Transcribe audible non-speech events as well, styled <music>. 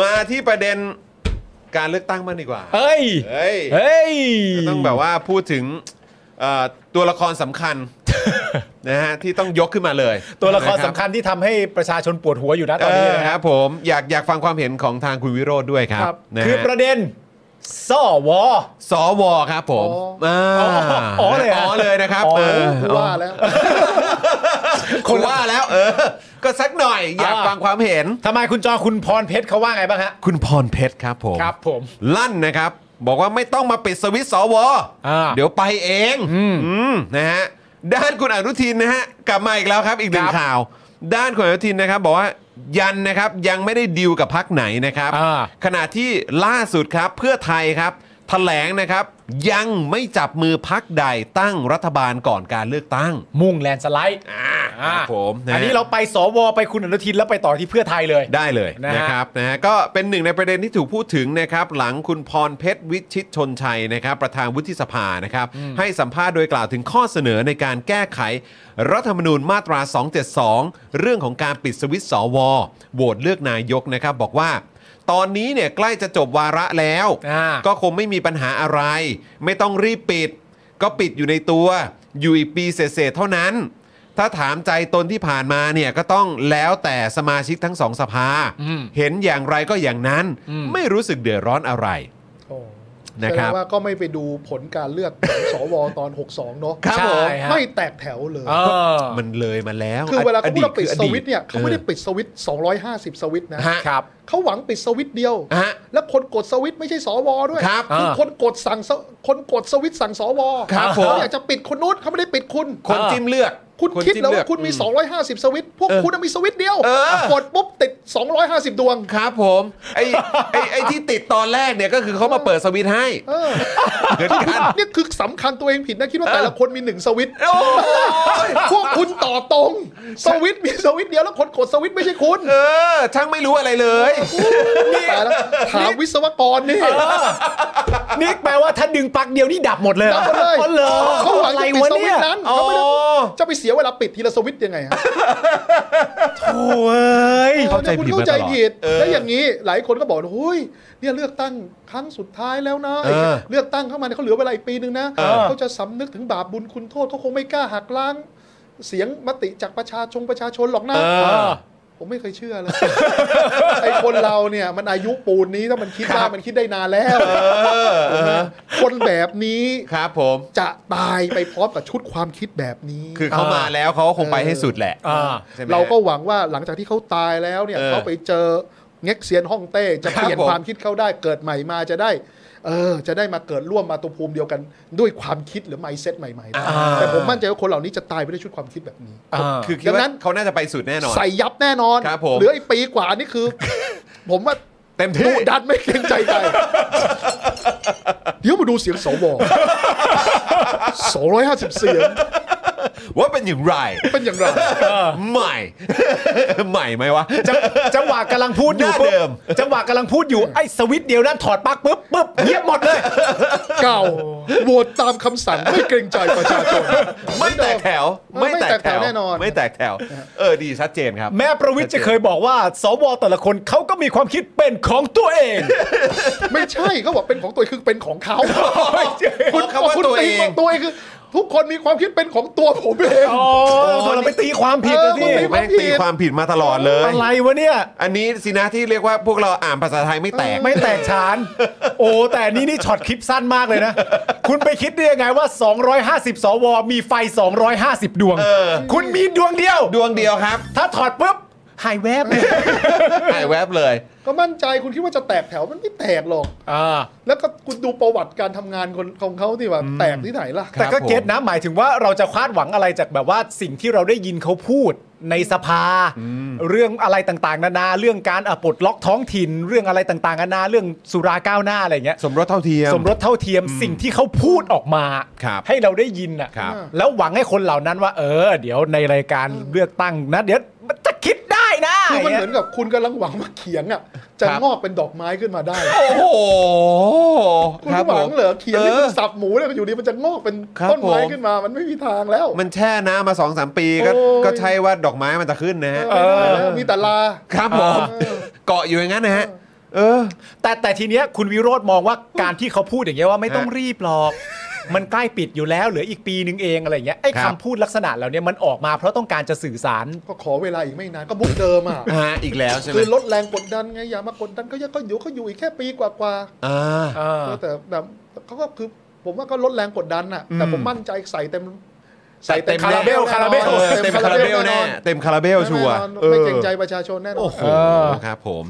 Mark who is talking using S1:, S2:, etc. S1: มาที่ประเด็นการเลือกตั้งมางดีกว่า
S2: เฮ้ย
S1: เฮ้ย
S2: เฮ้ย
S1: ก็ต้องแบบว่าพูดถึงเอ่อตัวละครสำคัญ <laughs> นะฮะที่ต้องยกขึ้นมาเลย
S2: ตัวละคร
S1: น
S2: สำคัญที่ทำให้ประชาชนปวดหัวอยู่นะต
S1: เอ
S2: อนนี้
S1: อค
S2: นะค
S1: รั
S2: รั
S1: บบ ผมอยากอยากฟังความเห็นของทางคุณวิโรธด้วยครับนะ
S2: คือ
S1: ฮะ
S2: ประเด็นสว
S1: สวครับผม
S3: อ๋
S1: อ๋
S3: อ
S2: อ๋ออ๋
S1: อ
S2: อเลยเหรออ๋
S1: เลยนะครับเออ
S3: ผู้ว่าแล้ว
S1: คนว่าแล้วเออ ก็สักหน่อยอยาก
S2: อ่า
S1: ฟังความเห็น
S2: ทำไมคุณจอคุณพรเพชรเขาว่าไงบ้างฮะ
S1: คุณพรเพชรครับผม
S2: ครับผม
S1: ลั่นนะครับ บอกว่าไม่ต้องมาปิดสวิตช์สว
S2: อ่า
S1: เดี๋ยวไปเองอืมนะฮะด้านคุณอนุทินนะฮะกลับมาอีกแล้วครับ อีกหนึ่
S2: ค
S1: ง
S2: รับ
S1: ข่าว ด้านคุณอนุทินนะครับ บอกว่ายันนะครับยังไม่ได้ดีลกับพักไหนนะครับ
S2: อ่า
S1: ขณะที่ล่าสุดครับเพื่อไทยครับแถลงนะครับ ยังไม่จับมือพักใดตั้งรัฐบาลก่อนการเลือกตั้ง
S2: มุ่งแลนด์สไลด์
S1: อ่าครับผมะฮะ
S2: อันนี้เราไปสวไปคุณอนุทินแล้วไปต่อที่เพื่อไทยเลย
S1: ได้เลย
S2: นะฮะ
S1: นะครับนะฮะก็เป็นหนึ่งในประเด็นที่ถูกพูดถึงนะครับหลังคุณพรเพชรวิชิตชนชัยนะครับประธานวุฒิสภานะครับให้สัมภาษณ์โดยกล่าวถึงข้อเสนอในการแก้ไข รัฐธรรมนูญมาตรา 272 เรื่องของการปิดสวิตช์สวโหวตเลือกนายกนะครับบอกว่า ตอนนี้เนี่ยใกล้จะจบวาระแล้ว
S2: อ่า
S1: ก็คงไม่มีปัญหาอะไร ไม่ต้องรีบปิด ก็ปิดอยู่ในตัว อยู่อีกปีเศษๆเท่านั้น ถ้าถามใจตนที่ผ่านมาเนี่ยก็ต้องแล้วแต่สมาชิกทั้งสองสภา
S2: อืม
S1: เห็นอย่างไรก็อย่างนั้น
S2: อืม
S1: ไม่รู้สึกเดือดร้อนอะไร
S3: โอ้
S1: นะครับ
S3: แสดงว่าก็ไม่ไปดูผลการเลือกของ <laughs> สวตอน 62 เนอะ
S1: ครับผม
S2: ใช่ฮะ
S3: ไม่แตกแถวเลย
S2: เออ
S1: มันเลยมาแล้ว
S3: คือเวลาเขาพูดว่า
S1: อ
S3: ปิด
S1: คืออ
S3: สวิตช์เนี่ยเขาไม่ได้ปิดสวิตช์250 สวิตช์นะ
S1: ฮะ
S2: ครับ
S3: เขาหวังปิดสวิตช์เดียว
S1: ฮะ
S3: และคนกดสวิตช์ไม่ใช่สวด้วย
S1: ครับ
S3: อ
S2: อ่า
S3: คนกดสั่งสคนกดสวิตช์สั่งสว
S1: ครับผม
S3: เขาอยากจะปิดคนนู้นเขาไม่ได้ปิดคุณ
S1: คนจิ้มเลือก
S3: คุณ
S1: น
S3: คิด
S1: จิ้ม
S3: แล้ว
S1: เลือ
S3: ว่าก คุณมี 250 สวิตช์พวก
S1: เออ
S3: คุณน่ะมีสวิตช์เดียว
S1: เออ
S3: กดปุ๊บติด 250 ดวง <laughs>
S1: ครับผม ไอ้ไอ้ไอ้ที่ติดตอนแรกเนี่ยก็คือเขามาเปิดสวิตช์ให้
S3: เออนี่คือสำคัญตัวเองผิดนะ คิดว่าแต่ละคนมีหนึ่งสวิตช์
S1: โอ้ย
S3: พวกคุณต่อตรง สวิตช์มีสวิตช์เดียวแล้วคนกดสวิตช์ไม่ใช่คุณ
S1: เออ ช่างไม่รู้อะไรเลย
S3: ตายแล้วถามวิศวกรนี่
S2: นี่แปลว่าถ้าดึงปลั๊กเดียวนี่ดับหมดเลยหรอ
S3: จำมาเลย
S2: อ๋อเหรอ
S3: เขาหวัง
S2: อะไร
S3: จะปิด
S2: วะ
S3: ส
S2: เนี่ย
S3: วิตช์นั้น
S1: อ๋อ
S3: เขาไม่ได้จะไปเสียเวลาปิดทีละสวิตช์ยังไงฮะ
S2: โอ้เอ้ย
S1: เข้าใจผิด
S3: คุณ
S1: มาตลอด
S3: เข้าใจผิด
S1: เออ
S3: แล้วอย่างนี้หลายคนก็บอกว่าเฮ้ยเนี่ยเลือกตั้งครั้งสุดท้ายแล้วนะ
S1: เออ
S3: เลือกตั้งเข้ามาเนี่ยเขาเหลือเวลาอีกปีนึงนะ
S1: เออ
S3: เขาจะสำนึกถึงบาปบุญคุณโทษเขาคงไม่กล้าหักล้าง เสียงมติจากประชาชนประชาชนหรอกนะ
S1: เออ
S3: ผมไม่เคยเชื่อเลย ไอคนเราเนี่ย มันอายุปูนนี้ถ้ามันคิดได้มันคิดได้นานแล้ว
S1: เออเออ
S3: คนแบบนี้
S1: ครับผม
S3: จะตายไปพร้อมกับชุดความคิดแบบนี้
S1: คือเขามาแล้วเขาก็คงไปให้สุดแหละ
S2: อ่า
S1: ใช่ไหม
S3: เราก็หวังว่าหลังจากที่เขาตายแล้วเนี่ย
S1: เออ
S3: เขาไปเจอเง็กเซียนฮ่องเต้จะเปลี่ยน
S1: ครับผม
S3: ความคิดเขาได้เกิดใหม่มาจะได้ เออ จะได้มาเกิดร่วมมาตุภูมิเดียวกันด้วยความคิดหรือไมเซ็ตใหม่
S2: อ่า
S3: ๆแต่ผมมั่นใจว่าคนเหล่านี้จะตายไปด้วยชุดความคิดแบบนี้
S1: คือคิด
S3: ดังนั้
S1: ว่าน เขาน่าจะไปสุดแน่นอน
S3: ใส่ยับแน่นอน
S1: ครับผม
S3: เหลืออีกปีกว่านี่คือ <laughs> ผมว่า
S1: เต็ม
S3: ดุ
S1: ที่
S3: ดันไม่เกรงใจใคร เดี๋ยวมาดูเสียงสว250 เสียง
S1: ว่าเป็นอย่างไร
S3: เป็นอย่างไร
S1: ใหม่ <laughs> ใหม่ไหมวะ
S2: จังจังหวะกำลังพูดอยู่
S1: หน้า
S2: ปุ๊บ
S1: เดิม
S2: จังหวะกำลังพูดอยู่ไอ้สวิตช์เดียวนั้นถอดปลั๊กปุ๊บปุ๊บเงียบหมดเลย
S3: เก่าโหวตตามคำสั่งไม่เกรงใจประชาชน
S1: ไม่แตกแถว
S3: ไม่แตกแถวแน่นอน
S1: ไม่แตกแถว เออดีชัดเจนครับ
S2: แม่ประวิทย์จะเคยบอกว่า สวแต่ละคนเขาก็มีความคิดเป็นของตัวเอง
S3: ไม่ใช่เขาบอกเป็นของตัวเองคือเป็นของเขา
S1: เอาคำว่า
S3: คุณ
S1: ตัวเอง
S3: ตีตัวเองคือ ทุกคนมีความคิดเป็นของตัวผมเอง
S2: อ๋อเราไปตีความผิดนะสิ
S3: เออคุณ
S1: แม่งตีความผิดมาตลอดเลย
S2: อะไรวะเนี่ย
S1: อันนี้สินะที่เรียกว่าพวกเราอ่านภาษาไทยไม่แตก
S2: ไม่แตกฉาน โอ้ แต่นี่นี่ช็อตคลิปสั้นมากเลยนะ คุณไปคิดได้ยังไงว่า 250 สว มีไฟ 250 ดวง
S1: อ
S2: คุณมีดวงเดียว
S1: ดวงเดียวครับ
S2: ถ้าถอดปุ๊บหายแวบเลย
S1: หายแวบเลย
S3: ก็มั่นใจคุณคิดว่าจะแตกแถวมันไม่แตกหรอก
S2: อ่า
S3: แล้วก็คุณดูประวัติการทำงานคนของเขาที่ว่าแตกที่ไหนล่ะ
S1: ครั
S2: แต่
S1: บ
S2: ก็
S1: ผม
S2: เก็ตนะหมายถึงว่าเราจะคาดหวังอะไรจากแบบว่าสิ่งที่เราได้ยินเขาพูดในสภา เรื่องอะไรต่างๆ นานาเรื่องการอ่ะปลดล็อกท้องถิ่น เรื่องอะไรต่างๆนานาเรื่องสุราก้าวหน้าอะไรอย่างเงี้ย
S1: สมรสเท่าเทียม
S2: สมรสเท่าเทียมสิ่งที่เขาพูดออกมา
S1: ครับ
S2: ให้เราได้ยินอ่ะ
S1: ครับ
S2: แล้วหวังให้คนเหล่านั้นว่า เออ เดี๋ยวในรายการเลือกตั้งนะ เดี๋ยวมันจะคิดได้นะ
S3: คือมันเหมือน
S2: ย่างเงี้ย
S3: กับคุณกำลังหวังว่าเขียงอ่ะจะ
S1: ครับ
S3: งอกเป็นดอกไม้ขึ้นมาได้
S1: โอ้โห
S3: คุณ
S1: รับ
S3: หวั
S1: ผ
S3: ง
S1: ม
S3: เหรอเขียง
S1: อ
S3: ที่
S1: อ
S3: คุณสับหมูเนี่ยอยู่ดีมันจะงอกเป็น
S1: ครับ
S3: ต้นไม้
S1: ผม
S3: ขึ้นมามันไม่มีทางแล้ว
S1: มันแช่น้ำมาสองสามปีก็
S3: โอ้ย
S1: ก็ใช่ว่าดอกไม้มันจะขึ้นนะฮะ
S3: เออไม่ได้แล้วมีแต่ลา
S1: ครับผม เกาะอยู่อย่างนั้นนะฮะ เออ
S2: แต่แต่ทีเนี้ยคุณวิโรธมองว่าการที่เขาพูดอย่างเงี้ยว่าไม่ต้องรีบหรอก มันใกล้ปิดอยู่แล้วเหลืออีกปีนึงเองอะไรเงี้ยไอ้
S1: ครับ
S2: คำพูดลักษณะเหล่าเนี้ยมันออกมาเพราะต้องการจะสื่อสาร
S3: ก็ขอเวลาอีกไม่นานก็บุกเดิมอ่ะ
S1: ฮะอีกแล้วใช่ไหม
S3: คือลดแรงกดดันไงอย่ามากดดันก็ยังก็อยู่ก็อยู่อีกแค่ปีกว่า
S1: อ่า
S3: ๆเออแต่แต่เขาก็คือผมว่าก็ลดแรงกดดันอ่ะแต่ผมมั่นใจใส่เต็ม
S1: ใส่เต็มคาราเบล
S3: แน่นอน
S1: เต็มคาราเบลแน่ เต็มคาราเบลชัวร์
S3: ไม่เกรงใจประชาชนแน่นอน
S1: โอ้โห
S2: เออ
S1: ครับผม